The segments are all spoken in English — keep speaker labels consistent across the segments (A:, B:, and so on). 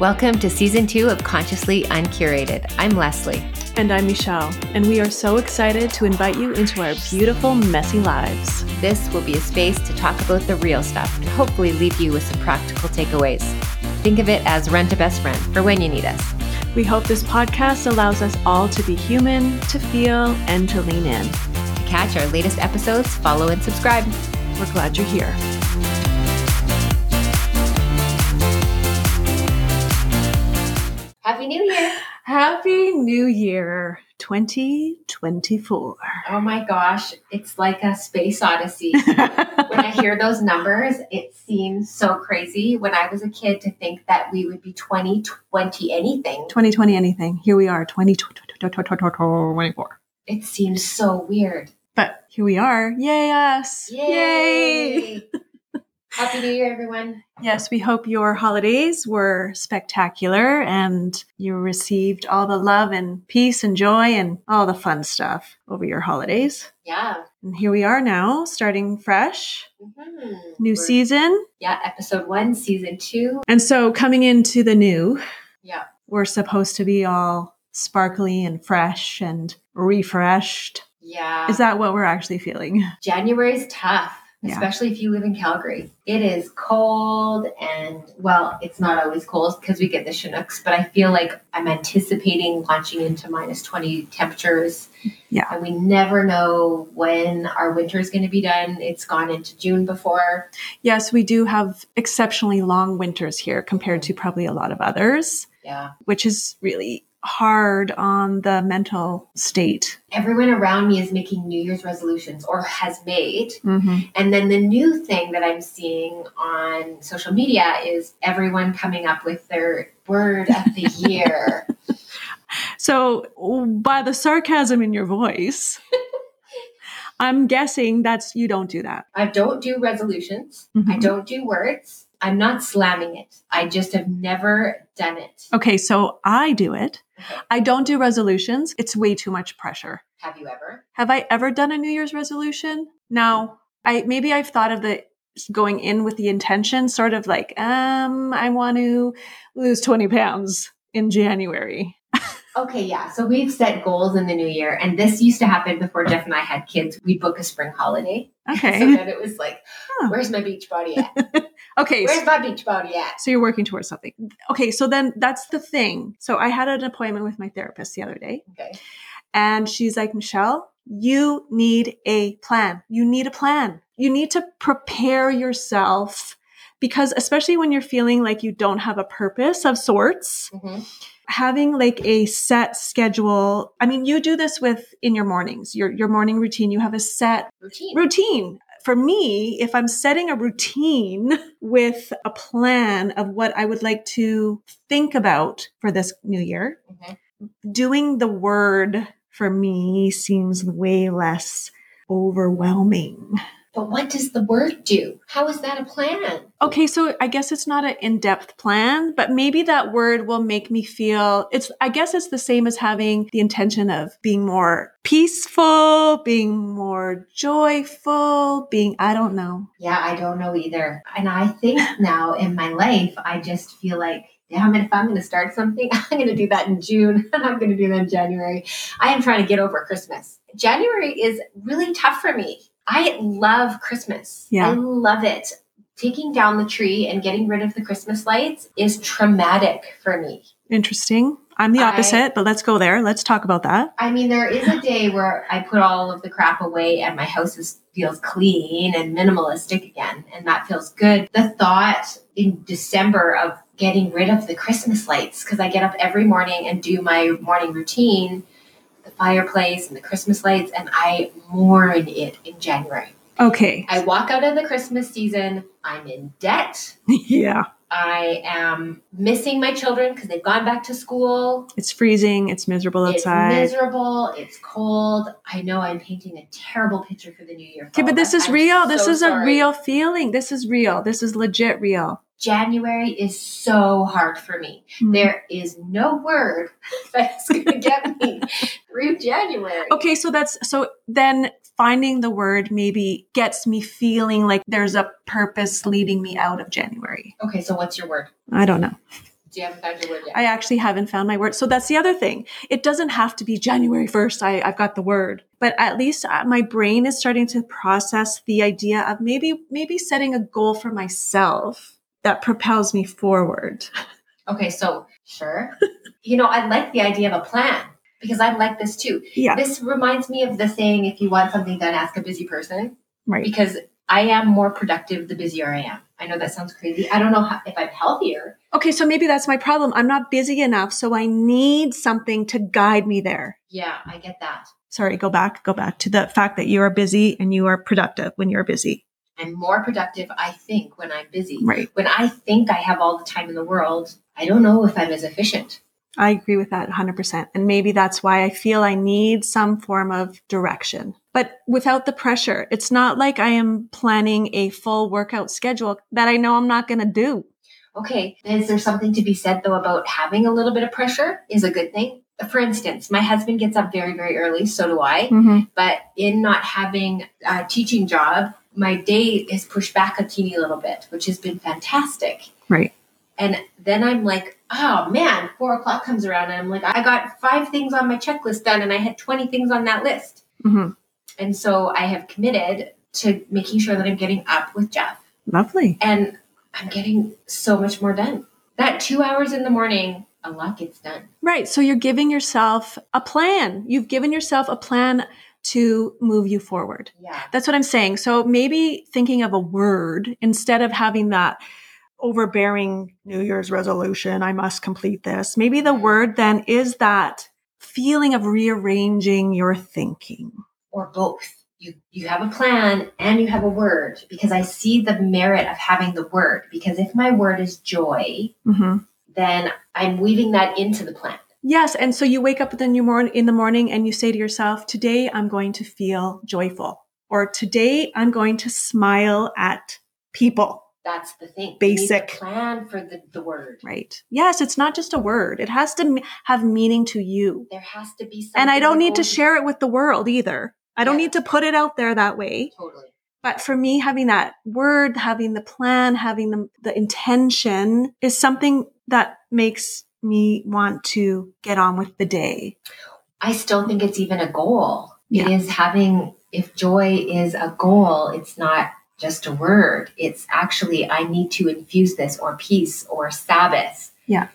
A: Welcome to season two of Consciously Uncurated. I'm Leslie.
B: And I'm Michelle, and we are so excited to invite you into our beautiful, messy lives.
A: This will be a space to talk about the real stuff and hopefully leave you with some practical takeaways. Think of it as rent a best friend for when you need us.
B: We hope this podcast allows us all to be human, to feel, and to lean in.
A: To catch our latest episodes, follow and subscribe.
B: We're glad you're here.
A: Happy New Year!
B: Happy New Year 2024.
A: Oh my gosh, it's like a space odyssey. when I hear those numbers, it seems so crazy. When I was a kid, to think that we would be 20, 20 anything,
B: 2020 anything. Here we are, 2024.
A: it seems so weird.
B: But here we are. Yay, us. Yay.
A: Yay. Happy New Year, everyone.
B: Yes, we hope your holidays were spectacular and you received all the love and peace and joy and all the fun stuff over your holidays.
A: Yeah.
B: And here we are now, starting fresh,
A: Mhm.
B: new
A: We're-
B: season.
A: Yeah, episode one, season two.
B: And so, coming into the new,
A: Yeah.
B: we're supposed to be all sparkly and fresh and refreshed.
A: Yeah.
B: Is that what we're actually feeling?
A: January is tough,
B: Yeah.
A: especially if you live in Calgary. It is cold, and well, it's not always cold because we get the Chinooks, but I feel like I'm anticipating launching into minus 20 temperatures.
B: Yeah.
A: And we never know when our winter is going to be done. It's gone into June before.
B: Yes, we do have exceptionally long winters here compared to probably a lot of others.
A: Yeah.
B: which is really hard on the mental state.
A: Everyone around me is making New Year's resolutions or has made. And then the new thing that I'm seeing on social media is everyone coming up with their word of the year.
B: So, by the sarcasm in your voice, I'm guessing that's you don't do that.
A: I don't do resolutions. I
B: Mhm.
A: don't do words. I'm not slamming it. I just have never done it.
B: Okay, so I do it.
A: Okay.
B: I don't do resolutions. It's way too much pressure.
A: Have you ever?
B: Have I ever done a New Year's resolution? No. I maybe I've thought of the going in with the intention sort of like um I want to lose 20 pounds in January.
A: Okay, yeah. So we've set goals in the new year, and this used to happen before Jeff and I had kids. We'd book a spring holiday.
B: Okay.
A: So then it was like,
B: Huh.
A: where's my beach body at?
B: okay.
A: Where's my beach body at?
B: So you're working towards something. Okay, so then that's the thing. So I had an appointment with my therapist the other day,
A: Okay.
B: and she's like, Michelle, you need a plan. You need a plan. You need to prepare yourself because, especially when you're feeling like you don't have a purpose of sorts,
A: hmm
B: having like a set schedule. I mean, you do this with in your mornings, your, your morning routine, you have a set
A: Routine.
B: routine. For me, if I'm setting a routine with a plan of what I would like to think about for this new year,
A: Mhm.
B: doing the word for me seems way less overwhelming.
A: But what does the word do? How is that a plan?
B: Okay, so I guess it's not an in depth plan, but maybe that word will make me feel it's, I guess it's the same as having the intention of being more peaceful, being more joyful, being, I don't know.
A: Yeah, I don't know either. And I think now in my life, I just feel like, damn it, if I'm going to start something, I'm going to do that in June and I'm going to do that in January. I am trying to get over Christmas. January is really tough for me. I love Christmas.
B: Yeah.
A: I love it. Taking down the tree and getting rid of the Christmas lights is traumatic for me.
B: Interesting. I'm the
A: I-
B: opposite, but let's go there. Let's talk about that.
A: I mean, there is a day where I put all of the crap away and my house is, feels clean and minimalistic again, and that feels good. The thought in December of getting rid of the Christmas lights, because I get up every morning and do my morning routine, the fireplace and the Christmas lights, and I mourn it in January.
B: Okay.
A: I walk out of the Christmas season, I'm in debt.
B: yeah.
A: I am missing my children because they've gone back to school.
B: It's freezing. It's miserable outside.
A: It's miserable. It's cold. I know I'm painting a terrible picture for the new year.
B: okay, but this is
A: I'm
B: real. This
A: so
B: is a
A: sorry.
B: real feeling. This is real. This is legit real. Hmm.
A: January is so hard for me. There is no word that's going to get me through January.
B: Okay, so that's so then finding the word maybe gets me feeling like there's a purpose leading me out of January.
A: Okay, so what's your word?
B: I don't know.
A: Do you haven't found your word yet?
B: I actually haven't found my word. So that's the other thing. It doesn't have to be January 1st. I, I've got the word, but at least uh, my brain is starting to process the idea of maybe, maybe setting a goal for myself that propels me forward.
A: okay, so sure. you know, I like the idea of a plan because I like this too.
B: Yeah.
A: This reminds me of the saying if you want something done, ask a busy person
B: Right.
A: because I am more productive the busier I am. I know that sounds crazy. I don't know how, if I'm healthier.
B: Okay. So maybe that's my problem. I'm not busy enough. So I need something to guide me there.
A: Yeah, I get that.
B: Sorry. Go back, go back to the fact that you are busy and you are productive when you're busy.
A: I'm more productive, I think, when I'm busy.
B: Right.
A: When I think I have all the time in the world, I don't know if I'm as efficient.
B: I agree with that 100%. And maybe that's why I feel I need some form of direction, but without the pressure. It's not like I am planning a full workout schedule that I know I'm not going to do.
A: Okay, is there something to be said though about having a little bit of pressure is a good thing? For instance, my husband gets up very, very early, so do I.
B: Hmm. Mm-hmm.
A: But in not having a teaching job, my day is pushed back a teeny little bit, which has been fantastic.
B: Right.
A: And then I'm like, oh man, four o'clock comes around, and I'm like, I got five things on my checklist done, and I had 20 things on that list.
B: Mhm.
A: And so I have committed to making sure that I'm getting up with Jeff,
B: Lovely.
A: and I'm getting so much more done. That two hours in the morning, a lot gets done.
B: Right. So you're giving yourself a plan. You've given yourself a plan to move you forward.
A: Yeah.
B: That's what I'm saying. So maybe thinking of a word instead of having that overbearing New Year's resolution, I must complete this. Maybe the word then is that feeling of rearranging your thinking.
A: or both. You you have a plan and you have a word because I see the merit of having the word because if my word is joy,
B: Mm-hmm.
A: then I'm weaving that into the plan.
B: Yes. And so you wake up in the new morning in the morning and you say to yourself, today I'm going to feel joyful or today I'm going to smile at people.
A: That's the thing. You need the
B: Basic.
A: plan for the, the word.
B: Right. Yes. It's not just a word. It has to m- have meaning to you.
A: There has to be something.
B: And I don't need to
A: that goes-
B: share it with the world either. I don't
A: Yeah.
B: need to put it out there that way.
A: Totally.
B: But for me, having that word, having the plan, having the, the intention is something that makes me want to get on with the day.
A: I still think it's even a goal.
B: Yeah.
A: It is having if joy is a goal, it's not just a word. It's actually I need to infuse this or peace or Sabbath.
B: Yeah.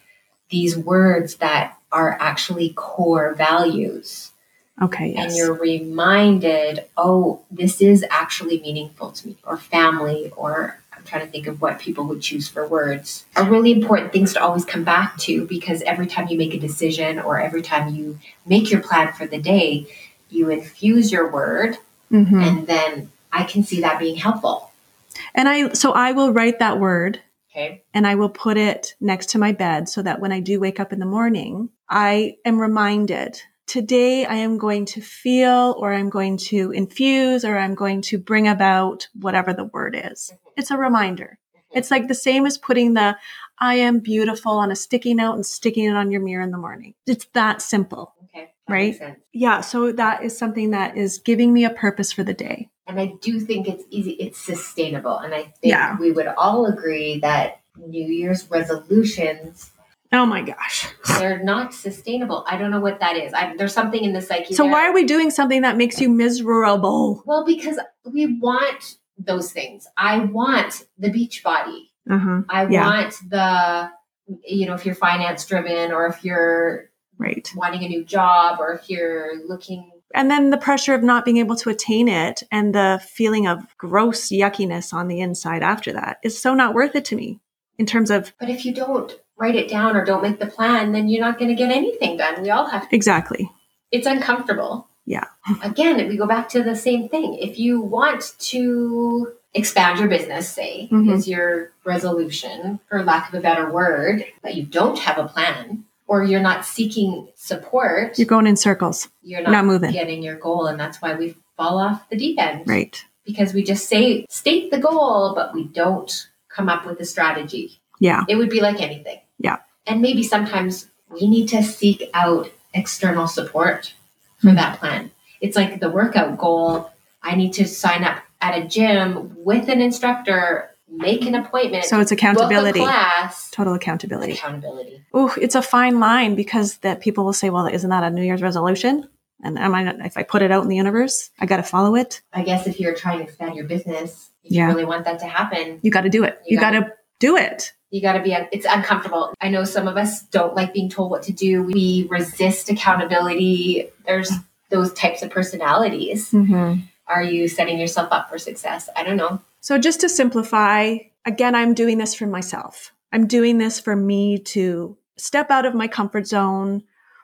A: These words that are actually core values.
B: Okay. Yes.
A: And you're reminded, oh, this is actually meaningful to me, or family, or I'm trying to think of what people would choose for words. Are really important things to always come back to because every time you make a decision or every time you make your plan for the day, you infuse your word,
B: Mhm.
A: and then I can see that being helpful.
B: And I, so I will write that word
A: Okay.
B: and I will put it next to my bed so that when I do wake up in the morning, I am reminded today I am going to feel or I'm going to infuse or I'm going to bring about whatever the word is. It's a reminder. It's like the same as putting the I am beautiful on a sticky note and sticking it on your mirror in the morning. It's that simple.
A: Okay.
B: Right.
A: makes sense.
B: Yeah. So that is something that is giving me a purpose for the day.
A: And I do think it's easy, it's sustainable. And I think
B: Yeah.
A: we would all agree that New Year's resolutions
B: Oh my gosh.
A: They're not sustainable. I don't know what that is. I, there's something in the psyche.
B: So
A: there.
B: why are we doing something that makes you miserable?
A: Well, because we want those things. I want the beach body.
B: Uh-huh.
A: I
B: Yeah.
A: want the, you know, if you're finance driven or if you're
B: Right.
A: wanting a new job or if you're looking.
B: And then the pressure of not being able to attain it and the feeling of gross yuckiness on the inside after that is so not worth it to me in terms of
A: But if you don't write it down or don't make the plan, then you're not going to get anything done. We all have
B: exactly.
A: it's uncomfortable.
B: Yeah.
A: Again, we go back to the same thing. If you want to expand your business, say,
B: Mhm.
A: is your resolution, for lack of a better word, but you don't have a plan or you're not seeking support,
B: You're going in circles.
A: you're
B: not moving.
A: getting your goal. And that's why we fall off the deep end
B: Right.
A: because we just say, state the goal, but we don't come up with a strategy.
B: Yeah.
A: It would be like anything.
B: Yeah.
A: And maybe sometimes we need to seek out external support
B: Hmm.
A: for that plan. It's like the workout goal. I need to sign up at a gym with an instructor make an appointment.
B: So it's accountability.
A: Book a class.
B: Total accountability.
A: Accountability.
B: Ooh, it's a fine line because that people will say, well, isn't that a New Year's resolution? And am I not, if I put it out in the universe, I got to follow it.
A: I guess if you're trying to expand your business, if
B: Yeah.
A: you really want that to happen,
B: You got to do it.
A: You
B: You, got
A: gotta-
B: to do it.
A: you got to be, un- it's uncomfortable. I know some of us don't like being told what to do. We resist accountability. There's those types of personalities. Are you setting yourself up for success? I don't know.
B: So just to simplify, again, I'm doing this for myself. I'm doing this for me to step out of my comfort zone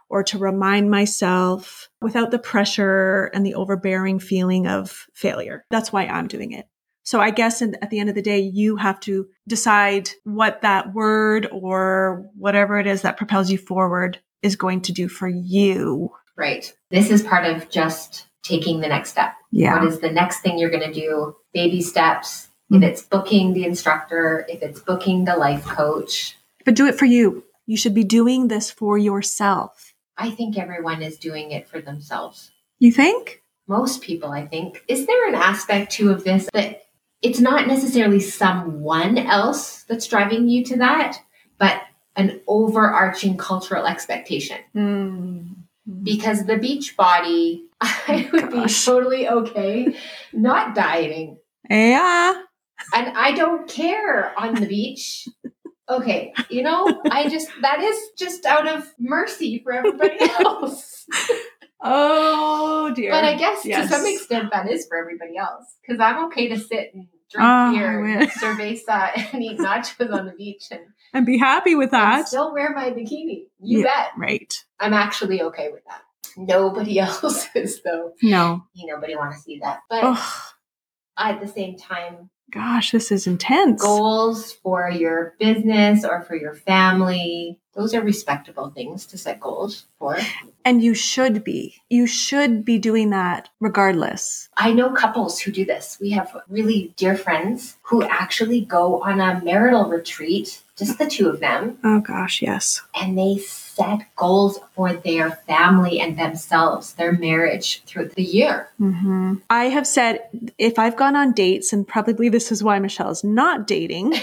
B: or to remind myself without the pressure and the overbearing feeling of failure. That's why I'm doing it. So I guess in, at the end of the day, you have to decide what that word or whatever it is that propels you forward is going to do for you.
A: Right. This is part of just taking the next step.
B: Yeah.
A: What is the next thing you're going to do? Baby steps. If it's booking the instructor, if it's booking the life coach,
B: But do it for you. You should be doing this for yourself.
A: I think everyone is doing it for themselves.
B: You think?
A: Most people, I think. Is there an aspect too of this that it's not necessarily someone else that's driving you to that, but an overarching cultural expectation?
B: Hmm.
A: Because the beach body, I would
B: Gosh.
A: be totally okay not dieting
B: Yeah.
A: and I don't care on the beach. Okay, you know, I just that is just out of mercy for everybody else.
B: Oh dear.
A: But I guess
B: Yes.
A: to some extent that is for everybody else because I'm okay to sit and drink
B: Oh,
A: beer,
B: I
A: and
B: wish.
A: cerveza, and eat nachos on the beach and,
B: and be happy with
A: and
B: that.
A: still wear my bikini. You
B: Yeah.
A: bet,
B: Right.
A: I'm actually okay with that. Nobody else is though.
B: No.
A: You nobody want to see that, but
B: Oh
A: at the same time,
B: gosh, this is intense.
A: goals for your business or for your family. Those are respectable things to set goals for.
B: And you should be. You should be doing that regardless.
A: I know couples who do this. We have really dear friends who actually go on a marital retreat, just the two of them,
B: Oh gosh, yes.
A: and they set goals for their family and themselves, their marriage throughout the year.
B: hmm I have said if I've gone on dates, and probably this is why Michelle's not dating,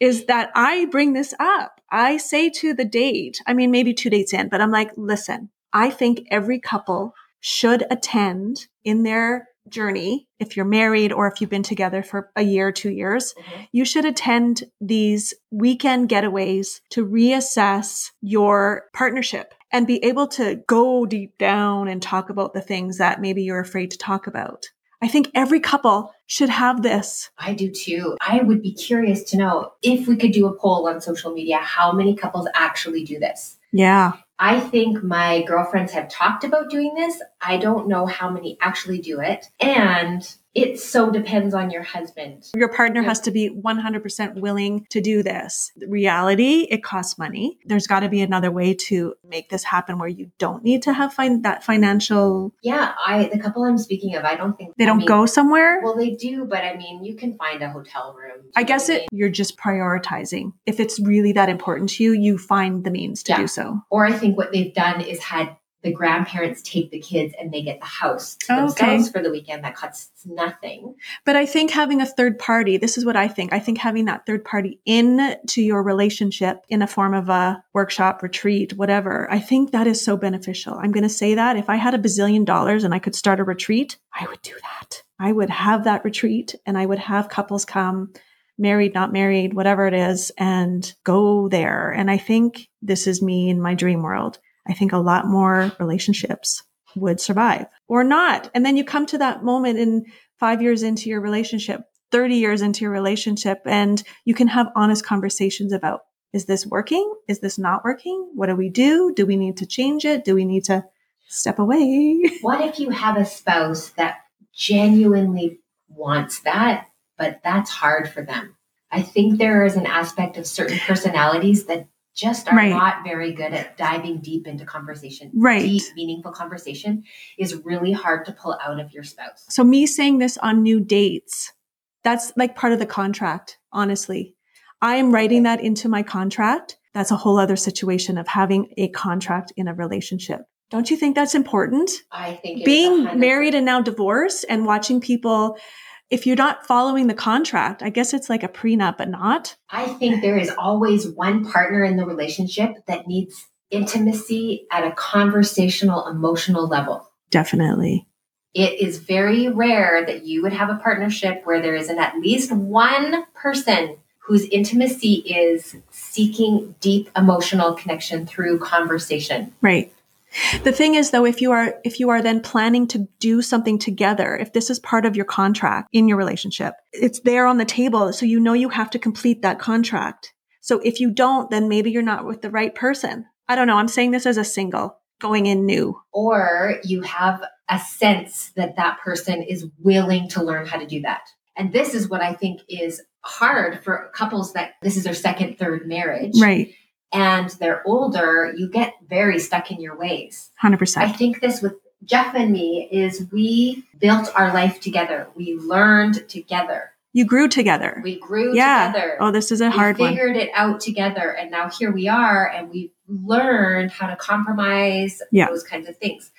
B: is that I bring this up. I say to the date, I mean, maybe two dates in, but I'm like, listen, I think every couple should attend in their journey, if you're married or if you've been together for a year, two years, you should attend these weekend getaways to reassess your partnership and be able to go deep down and talk about the things that maybe you're afraid to talk about. I think every couple should have this.
A: I do too. I would be curious to know if we could do a poll on social media how many couples actually do this.
B: Yeah.
A: I think my girlfriends have talked about doing this. I don't know how many actually do it. And it so depends on your husband.
B: Your partner
A: Yeah.
B: has to be 100% willing to do this. The Reality, it costs money. There's got to be another way to make this happen where you don't need to have fin- that financial.
A: Yeah, I the couple I'm speaking of, I don't think
B: They
A: I
B: don't
A: mean,
B: go somewhere.
A: Well, they do, but I mean, you can find a hotel room.
B: I guess it you're just prioritizing. If it's really that important to you, you find the means to
A: Yeah.
B: do so.
A: Or I think what they've done is had the grandparents take the kids and they get the house to
B: Oh, Okay.
A: themselves for the weekend. That costs nothing.
B: But I think having a third party, this is what I think. I think having that third party in to your relationship in a form of a workshop, retreat, whatever. I think that is so beneficial. I'm going to say that if I had a bazillion dollars and I could start a retreat, I would do that. I would have that retreat and I would have couples come married, not married, whatever it is, and go there. And I think this is me in my dream world. I think a lot more relationships would survive or not. And then you come to that moment in five years into your relationship, 30 years into your relationship, and you can have honest conversations about is this working? Is this not working? What do we do? Do we need to change it? Do we need to step away?
A: What if you have a spouse that genuinely wants that, but that's hard for them? I think there is an aspect of certain personalities that just are
B: Right.
A: not very good at diving deep into conversation.
B: Right.
A: Deep, meaningful conversation is really hard to pull out of your spouse.
B: So, me saying this on new dates, that's like part of the contract, honestly. I am writing that into my contract. That's a whole other situation of having a contract in a relationship. Don't you think that's important?
A: I think it is
B: being
A: 100%
B: married and now divorced and watching people if you're not following the contract, I guess it's like a prenup, but not.
A: I think there is always one partner in the relationship that needs intimacy at a conversational, emotional level.
B: Definitely.
A: It is very rare that you would have a partnership where there isn't at least one person whose intimacy is seeking deep emotional connection through conversation.
B: Right. The thing is though if you are if you are then planning to do something together, if this is part of your contract in your relationship, it's there on the table so you know you have to complete that contract. So if you don't then maybe you're not with the right person. I don't know, I'm saying this as a single going in new.
A: Or you have a sense that that person is willing to learn how to do that. And this is what I think is hard for couples that this is their second, third marriage.
B: Right.
A: And they're older, you get very stuck in your ways.
B: 100%.
A: I think this with Jeff and me is we built our life together. We learned together.
B: you grew together.
A: We grew
B: yeah.
A: together.
B: Oh, this is a
A: we
B: hard one.
A: figured it out together. And now here we are, and we've learned how to compromise
B: Yeah.
A: those kinds of things.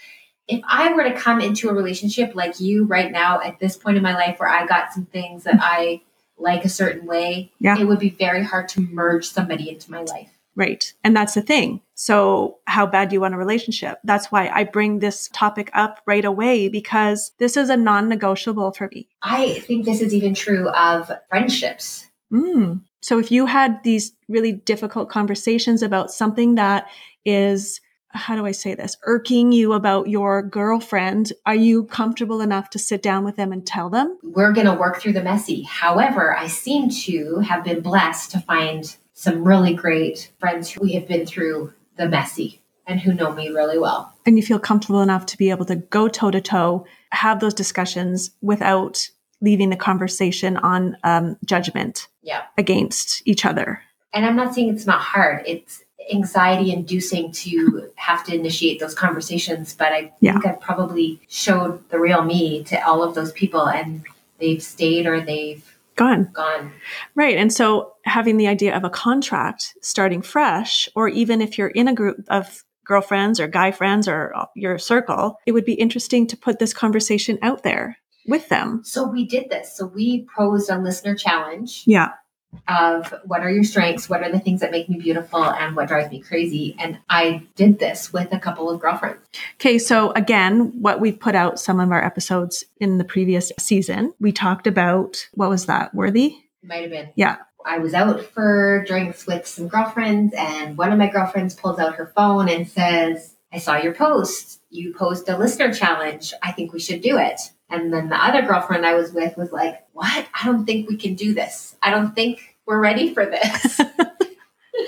A: If I were to come into a relationship like you right now at this point in my life where I got some things that I like a certain way,
B: Yeah.
A: it would be very hard to merge somebody into my life.
B: Right. And that's the thing. So, how bad do you want a relationship? That's why I bring this topic up right away because this is a non negotiable for me.
A: I think this is even true of friendships.
B: Mm. So, if you had these really difficult conversations about something that is, how do I say this, irking you about your girlfriend, are you comfortable enough to sit down with them and tell them?
A: We're going to work through the messy. However, I seem to have been blessed to find some really great friends who we have been through the messy and who know me really well.
B: And you feel comfortable enough to be able to go toe to toe, have those discussions without leaving the conversation on um, judgment.
A: Yeah.
B: against each other.
A: And I'm not saying it's not hard. It's anxiety inducing to have to initiate those conversations, but I
B: Yeah.
A: think I probably showed the real me to all of those people and they've stayed or they've
B: Gone.
A: gone.
B: Right. And so having the idea of a contract starting fresh, or even if you're in a group of girlfriends or guy friends or your circle, it would be interesting to put this conversation out there with them.
A: So we did this. So we posed a listener challenge
B: Yeah.
A: of what are your strengths? What are the things that make me beautiful and what drives me crazy? And I did this with a couple of girlfriends.
B: Okay. So again, what we've put out some of our episodes in the previous season, we talked about what was that? Worthy?
A: Might have been.
B: Yeah.
A: I was out for drinks with some girlfriends, and one of my girlfriends pulls out her phone and says, I saw your post. You posed a listener challenge. I think we should do it. And then the other girlfriend I was with was like, What? I don't think we can do this. I don't think we're ready for this.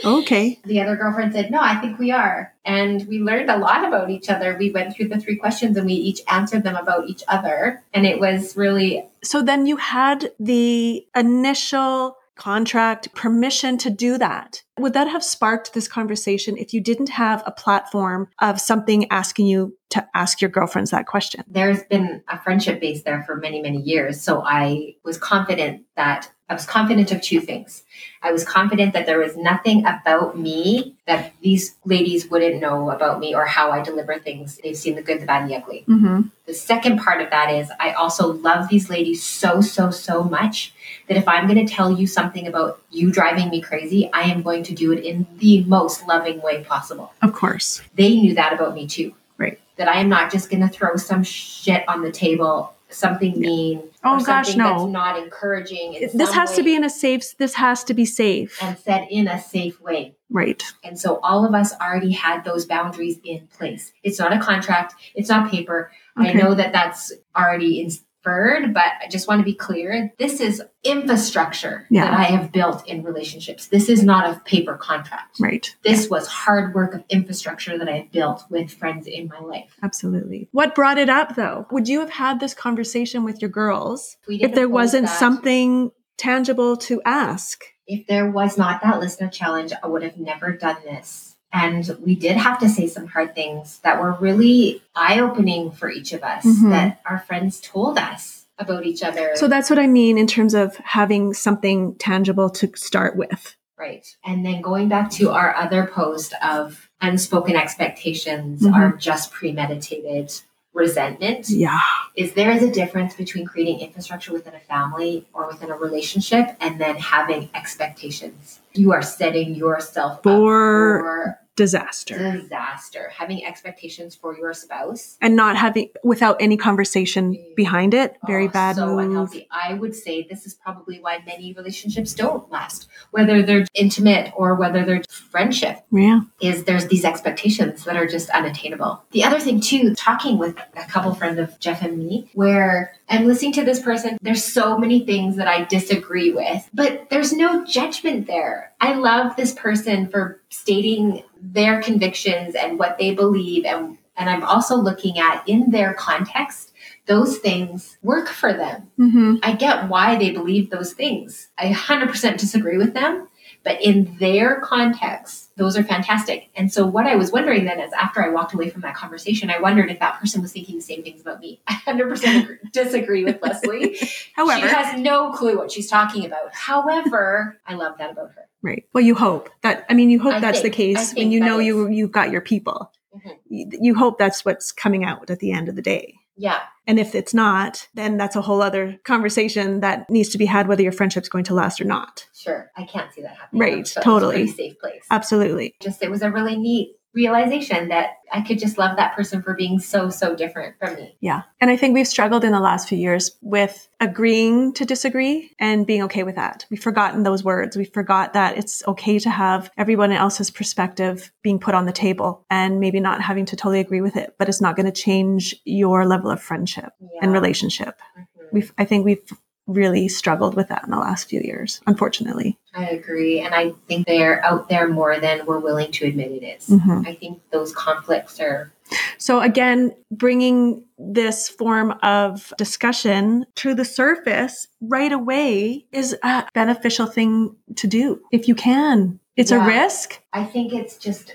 B: Okay.
A: the other girlfriend said, No, I think we are. And we learned a lot about each other. We went through the three questions and we each answered them about each other. And it was really
B: So then you had the initial contract permission to do that. Would that have sparked this conversation if you didn't have a platform of something asking you to ask your girlfriends that question?
A: there's been a friendship base there for many, many years. So I was confident that I was confident of two things. I was confident that there was nothing about me that these ladies wouldn't know about me or how I deliver things. They've seen the good, the bad, and the ugly.
B: Mm-hmm.
A: The second part of that is I also love these ladies so, so, so much that if I'm going to tell you something about you driving me crazy, I am going to do it in the most loving way possible
B: Of course.
A: they knew that about me too.
B: Right.
A: That I am not just going to throw some shit on the table, something mean.
B: Oh,
A: or
B: gosh,
A: something
B: no.
A: That's not encouraging. in
B: This
A: some
B: has to
A: way
B: be in a safe this has to be safe.
A: and said in a safe way.
B: Right.
A: And so all of us already had those boundaries in place. It's not a contract. It's not paper. I
B: Okay.
A: know that that's already inferred, but I just want to be clear. This is infrastructure
B: Yeah.
A: that I have built in relationships. This is not a paper contract.
B: Right.
A: This was hard work of infrastructure that I have built with friends in my life.
B: Absolutely. What brought it up though? Would you have had this conversation with your girls
A: we
B: if
A: didn't
B: there
A: post
B: wasn't
A: that,
B: something tangible to ask?
A: if there was not that listener challenge i would have never done this and we did have to say some hard things that were really eye-opening for each of us
B: Mhm.
A: that our friends told us about each other
B: So that's what I mean in terms of having something tangible to start with.
A: right and then going back to our other post of unspoken expectations
B: Mhm.
A: are just premeditated resentment
B: Yeah.
A: is there is a difference between creating infrastructure within a family or within a relationship and then having expectations. You are setting yourself up
B: For
A: for
B: disaster.
A: disaster. Having expectations for your spouse.
B: And not having, without any conversation behind it, very
A: Oh,
B: bad
A: So
B: move.
A: unhealthy. I would say this is probably why many relationships don't last, whether they're intimate or whether they're friendship.
B: Yeah.
A: is there's these expectations that are just unattainable. The other thing too, talking with a couple friend of Jeff and me, where I'm listening to this person, there's so many things that I disagree with, but there's no judgment there. I love this person for stating their convictions and what they believe and and I'm also looking at in their context those things work for them.
B: Mm-hmm.
A: I get why they believe those things. I 100% disagree with them, but in their context, those are fantastic. And so, what I was wondering then is after I walked away from that conversation, I wondered if that person was thinking the same things about me. I 100% agree- disagree with Leslie.
B: However,
A: she has no clue what she's talking about. However, I love that about her.
B: Right. Well, you hope that. I mean, you hope
A: I
B: that's
A: think-
B: the
A: I
B: case when
A: think
B: you
A: that
B: know you
A: is-
B: you've got your people.
A: Mhm.
B: You, you hope that's what's coming out at the end of the day.
A: Yeah.
B: And if it's not, then that's a whole other conversation that needs to be had, whether your friendship's going to last or not.
A: Sure. I can't see that happening.
B: Right,
A: So it's a
B: totally. Uh,
A: pretty safe place.
B: Absolutely.
A: Just it was a really neat realization that I could just love that person for being so so different from me.
B: Yeah. And I think we've struggled in the last few years with agreeing to disagree and being okay with that. We've forgotten those words. We forgot that it's okay to have everyone else's perspective being put on the table and maybe not having to totally agree with it, but it's not going to change your level of friendship
A: Yeah.
B: and relationship.
A: Mhm.
B: We've, I think we've really struggled with that in the last few years, unfortunately.
A: I agree. And I think they're out there more than we're willing to admit it is.
B: Mhm.
A: I think those conflicts are
B: So again, bringing this form of discussion to the surface right away is a beneficial thing to do if you can. It's
A: Yeah.
B: a risk.
A: I think it's just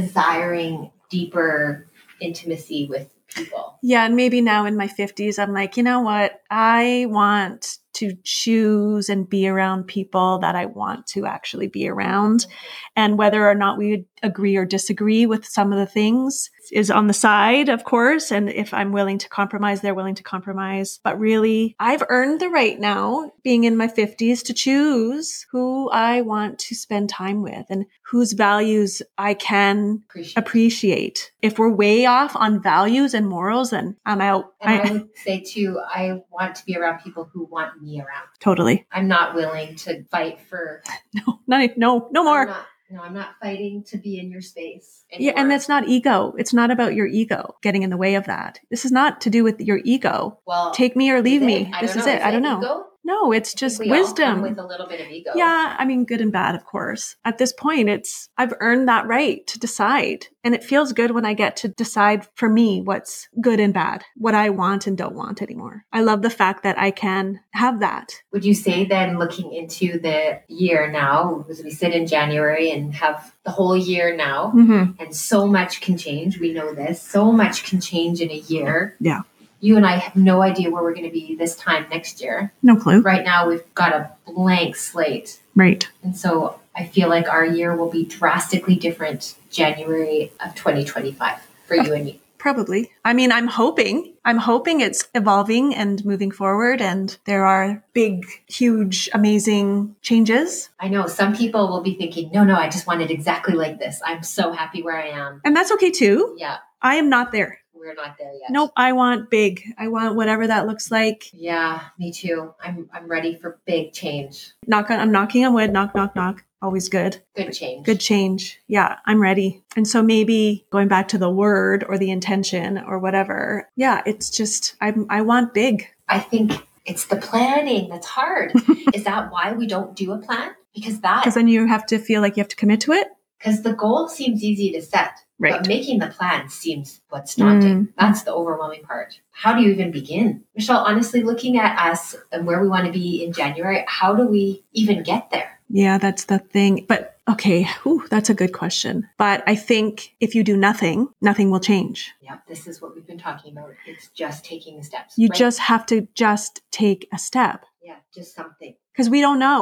A: desiring deeper intimacy with people.
B: Yeah, and maybe now in my 50s I'm like, you know what? I want to choose and be around people that I want to actually be around. And whether or not we agree or disagree with some of the things is on the side, of course. And if I'm willing to compromise, they're willing to compromise. But really, I've earned the right now, being in my 50s, to choose who I want to spend time with and whose values I can
A: Appreciate.
B: appreciate. If we're way off on values and morals, then I'm out.
A: and
B: I,
A: I would say too, I want to be around people who want me around.
B: totally.
A: I'm not willing to fight for
B: No, not if, no, no
A: I'm
B: more.
A: not, no, I'm not fighting to be in your space.
B: Yeah,
A: anymore.
B: and that's not ego. It's not about your ego getting in the way of that. This is not to do with your ego.
A: well
B: Take me or leave
A: is it?
B: me.
A: I
B: This
A: don't
B: is
A: know.
B: it. I don't know.
A: ego? I think
B: No, it's just
A: we all come
B: wisdom.
A: with a little bit of ego.
B: Yeah, I mean, good and bad, of course. At this point, it's I've earned that right to decide. And it feels good when I get to decide for me what's good and bad, what I want and don't want anymore. I love the fact that I can have that.
A: Would you say then, looking into the year now, as we sit in January and have the whole year now,
B: Mm-hmm.
A: and so much can change, we know this, so much can change in a year.
B: Yeah.
A: You and I have no idea where we're going to be this time next year.
B: No clue.
A: Right now, we've got a blank slate.
B: Right.
A: And so I feel like our year will be drastically different January of 2025 for you and me.
B: Probably. I mean, I'm hoping. I'm hoping it's evolving and moving forward, and there are big, huge, amazing changes.
A: I know some people will be thinking, no, no, I just want it exactly like this. I'm so happy where I am.
B: And that's okay too.
A: Yeah,
B: I am not there.
A: we're not there yet.
B: Nope. I want big. I want whatever that looks like.
A: Yeah, me too. I'm I'm ready for big change.
B: Knock on, I'm knocking on wood. Knock, knock, knock. Always good.
A: Good change.
B: Good change. Yeah, I'm ready. And so maybe going back to the word or the intention or whatever. Yeah, it's just, I'm, I want big.
A: I think it's the planning that's hard. Is that why we don't do a plan? Because
B: Because
A: that
B: then you have to feel like you have to commit to it.
A: because the goal seems easy to set,
B: Right. Mm.
A: but making the plan seems what's daunting. That's the overwhelming part. How do you even begin? Michelle, honestly, looking at us and where we want to be in January, how do we even get there?
B: Yeah, that's the thing. But okay, whew, that's a good question. But I think if you do nothing, nothing will change.
A: Yeah, this is what we've been talking about. It's just taking the steps.
B: You
A: right?
B: just have to just take a step
A: yeah, just something.
B: because we don't know.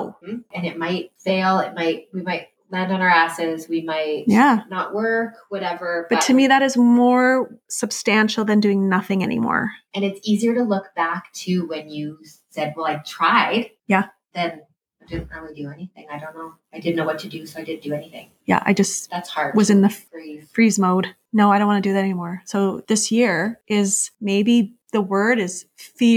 A: and it might fail it might we might land on our asses. We might
B: Yeah.
A: not work, whatever.
B: But to me, that is more substantial than doing nothing anymore.
A: and it's easier to look back to when you said, "Well, I tried."
B: Yeah.
A: Then I didn't really do anything. I don't know. I didn't know what to do, so I didn't do anything.
B: Yeah, I just
A: That's hard.
B: was in the f-
A: freeze.
B: freeze mode. No, I don't want to do that anymore. So this year is maybe the word is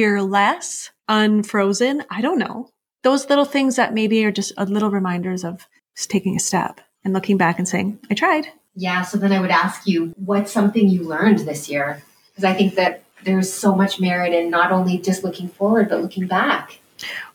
B: fearless, unfrozen. I don't know. Those little things that maybe are just a little reminders of just taking a step and looking back and saying, I tried.
A: Yeah. So then I would ask you, what's something you learned this year? Because I think that there's so much merit in not only just looking forward but looking back.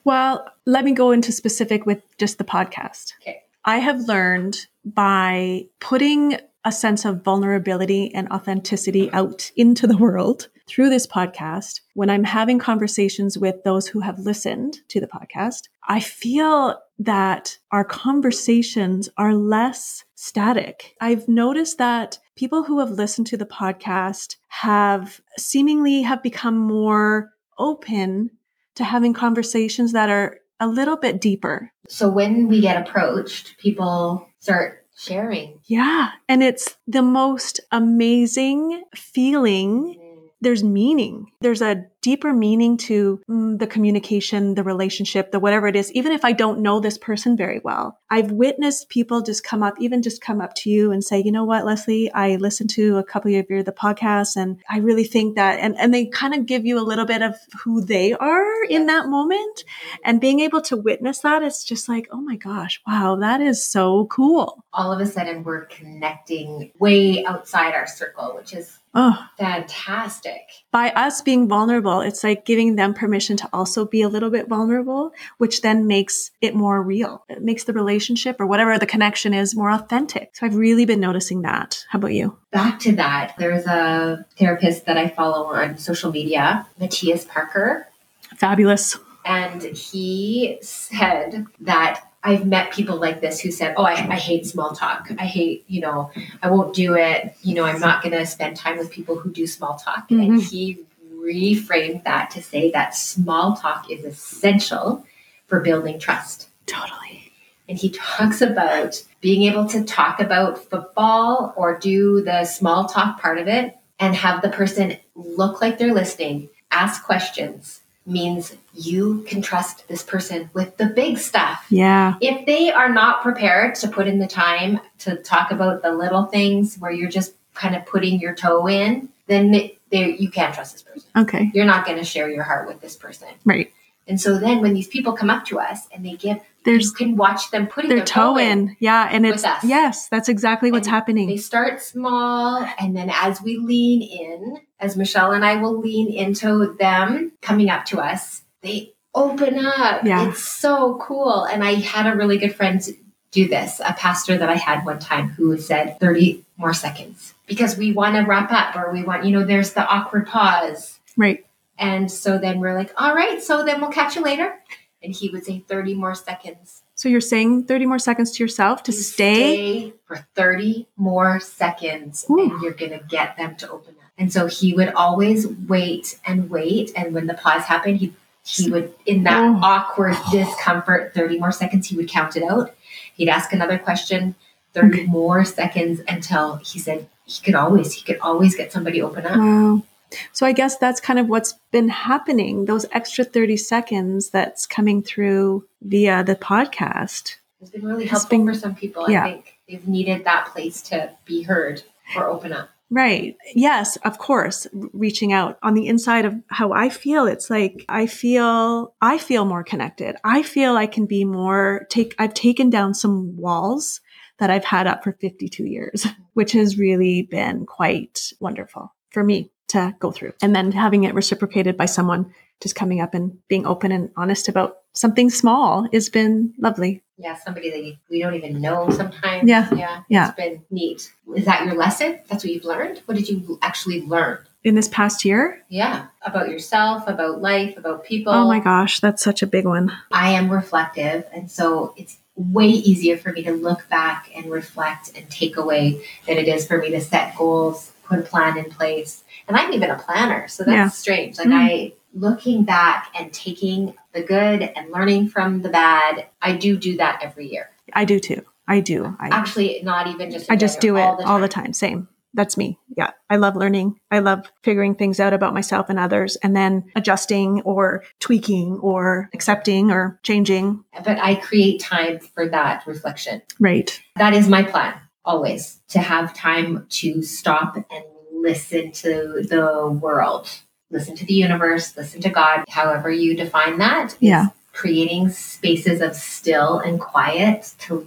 B: Well, let me go into specific with just the podcast.
A: Okay.
B: I have learned by putting a sense of vulnerability and authenticity out into the world through this podcast. When I'm having conversations with those who have listened to the podcast, I feel that our conversations are less static. I've noticed that people who have listened to the podcast have seemingly have become more open to having conversations that are a little bit deeper
A: So when we get approached, people start sharing.
B: Yeah. And it's the most amazing feeling. There's meaning. There's a deeper meaning to mm, the communication, the relationship, the whatever it is. Even if I don't know this person very well, I've witnessed people just come up, even just come up to you and say, you know what, Leslie, I listened to a couple of your, the podcasts and I really think that, and, and they kind of give you a little bit of who they are in that moment. And being able to witness that, it's just like, oh my gosh, wow, that is so cool.
A: All of a sudden, we're connecting way outside our circle, which is
B: Oh,
A: fantastic.
B: by us being vulnerable, it's like giving them permission to also be a little bit vulnerable, which then makes it more real. It makes the relationship or whatever the connection is more authentic. So I've really been noticing that. How about you?
A: Back to that, there's a therapist that I follow on social media, Matthias Parker,
B: Fabulous.
A: and he said that I've met people like this who said, Oh, I, I hate small talk. I hate, you know, I won't do it. You know, I'm not going to spend time with people who do small talk. And
B: Mhm.
A: he reframed that to say that small talk is essential for building trust.
B: Totally.
A: and he talks about being able to talk about football or do the small talk part of it and have the person look like they're listening, ask questions means you can trust this person with the big stuff.
B: Yeah.
A: If they are not prepared to put in the time to talk about the little things where you're just kind of putting your toe in, then they, they- you can't trust this person.
B: Okay.
A: You're not going to share your heart with this person.
B: Right.
A: And so then when these people come up to us and they give,
B: There's
A: you can watch them putting
B: their toe in. Yeah. And
A: with
B: it's,
A: us.
B: yes, that's exactly what's
A: And They
B: happening.
A: start small, and then as we lean in, as Michelle and I will lean into them coming up to us, they open up.
B: Yeah.
A: It's so cool. And I had a really good friend do this, a pastor that I had one time who said 30 more seconds because we want to wrap up or we want, you know, there's the awkward pause.
B: Right.
A: And so then we're like, all right, so then we'll catch you later. And he would say 30 more seconds.
B: So you're saying 30 more seconds to yourself to
A: You
B: stay.
A: for 30 more seconds
B: Ooh.
A: and you're going to get them to open up. And so he would always wait and wait. And when the pause happened, he, he would, in that
B: Oh.
A: awkward discomfort, 30 more seconds, he would count it out. He'd ask another question, 30
B: Okay.
A: more seconds until he said he could always, he could always get somebody open up.
B: Wow. So I guess that's kind of what's been happening. Those extra 30 seconds that's coming through via the podcast.
A: It's been really
B: It's
A: helpful
B: been-
A: for some people.
B: yeah.
A: I think they've needed that place to be heard or open up.
B: Right. Yes, of course, r- reaching out on the inside of how I feel. It's like I feel I feel more connected. I feel I can be more take I've taken down some walls that I've had up for 52 years, which has really been quite wonderful for me to go through. And then having it reciprocated by someone just coming up and being open and honest about something small has been lovely.
A: Yeah, somebody that we don't even know sometimes.
B: Yeah.
A: Yeah.
B: Yeah.
A: It's been neat. Is that your lesson? That's what you've learned? What did you actually learn?
B: In this past year,
A: Yeah. About yourself, about life, about people.
B: oh my gosh, that's such a big one.
A: I am reflective. And so it's way easier for me to look back and reflect and take away than it is for me to set goals, put a plan in place. And I'm even a planner. So that's
B: Yeah.
A: strange. Like
B: Mm.
A: I, looking back and taking the good and learning from the bad, I do do that every year.
B: I do too. I I do. I
A: Actually, not even just. in
B: I just do
A: general,
B: it all the time. Same. That's me. Yeah. I love learning. I love figuring things out about myself and others and then adjusting or tweaking or accepting or changing.
A: But I create time for that reflection.
B: Right.
A: That is my plan always to have time to stop and listen to the world, listen to the universe, listen to God, however you define that.
B: Yeah.
A: Creating spaces of still and quiet to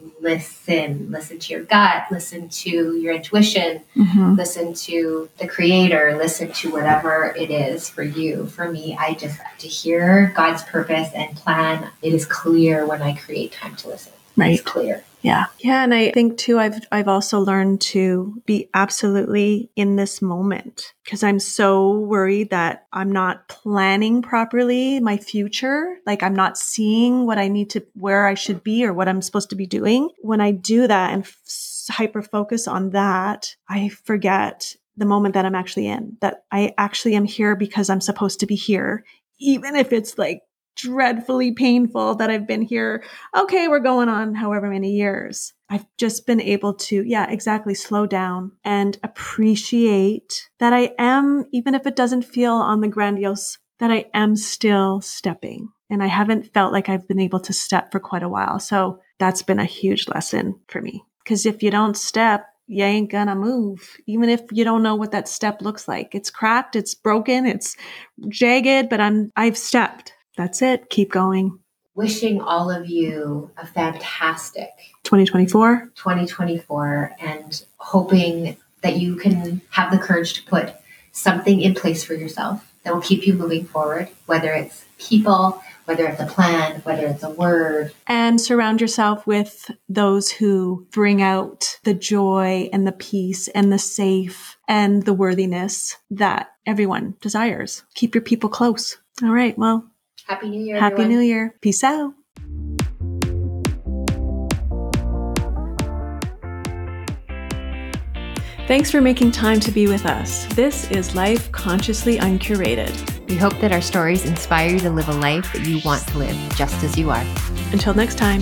A: listen, listen to your gut, listen to your intuition,
B: hmm
A: listen to the creator, listen to whatever it is for you. For me, I just have to hear God's purpose and plan. It is clear when I create time to listen.
B: Right.
A: It's clear.
B: Yeah. Yeah. And I think too, I've, I've also learned to be absolutely in this moment because I'm so worried that I'm not planning properly my future. Like I'm not seeing what I need to, where I should be or what I'm supposed to be doing. When I do that and hyper focus on that, I forget the moment that I'm actually in, that I actually am here because I'm supposed to be here, even if it's like, dreadfully painful that I've been here okay, we're going on however many years. I've just been able to, yeah, exactly, slow down and appreciate that I am, even if it doesn't feel on the grandiose, that I am still stepping. And I haven't felt like I've been able to step for quite a while. So that's been a huge lesson for me. Because if you don't step, you ain't gonna move, even if you don't know what that step looks like. It's cracked, it's broken, it's jagged, but I'm I've stepped. That's it. Keep going.
A: wishing all of you a fantastic
B: 2024.
A: 2024 and hoping that you can have the courage to put something in place for yourself that will keep you moving forward, whether it's people, whether it's a plan, whether it's a word.
B: and surround yourself with those who bring out the joy and the peace and the safe and the worthiness that everyone desires. Keep your people close. All right. Well,
A: Happy New Year.
B: happy
A: everyone.
B: new year. Peace out. Thanks for making time to be with us. This is Life Consciously Uncurated.
A: We hope that our stories inspire you to live a life that you want to live just as you are.
B: Until next time.